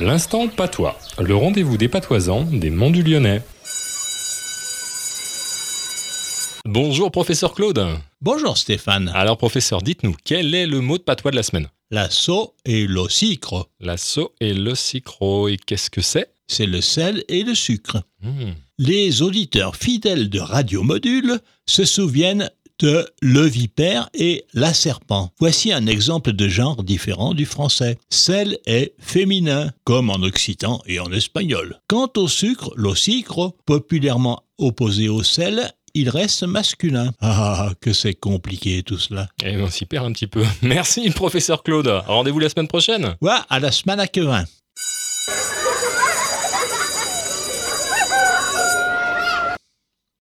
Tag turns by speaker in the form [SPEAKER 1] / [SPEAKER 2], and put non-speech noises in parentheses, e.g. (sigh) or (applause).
[SPEAKER 1] L'instant patois, le rendez-vous des patoisans des Monts du Lyonnais. Bonjour professeur Claude.
[SPEAKER 2] Bonjour Stéphane.
[SPEAKER 1] Alors professeur, dites-nous, quel est le mot de patois de la semaine
[SPEAKER 2] L'assaut et le sucre,
[SPEAKER 1] L'assaut et le cicro, et qu'est-ce que c'est
[SPEAKER 2] c'est le sel et le sucre.
[SPEAKER 1] Hmm,
[SPEAKER 2] Les auditeurs fidèles de Radio Module se souviennent de le vipère et la serpent. Voici un exemple de genre différent du français. Sel est féminin, comme en occitan et en espagnol. Quant au sucre, le sucre, populairement opposé au sel, il reste masculin. Ah, que c'est compliqué tout cela.
[SPEAKER 1] Et eh ben, on s'y perd un petit (laughs) peu. Merci professeur Claude. Rendez-vous la semaine prochaine.
[SPEAKER 2] Voilà, à la semaine à Quevin.